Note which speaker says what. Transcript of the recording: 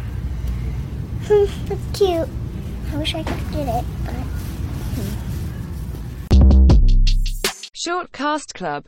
Speaker 1: That's cute. I wish I could get it, but.
Speaker 2: Short Cast Club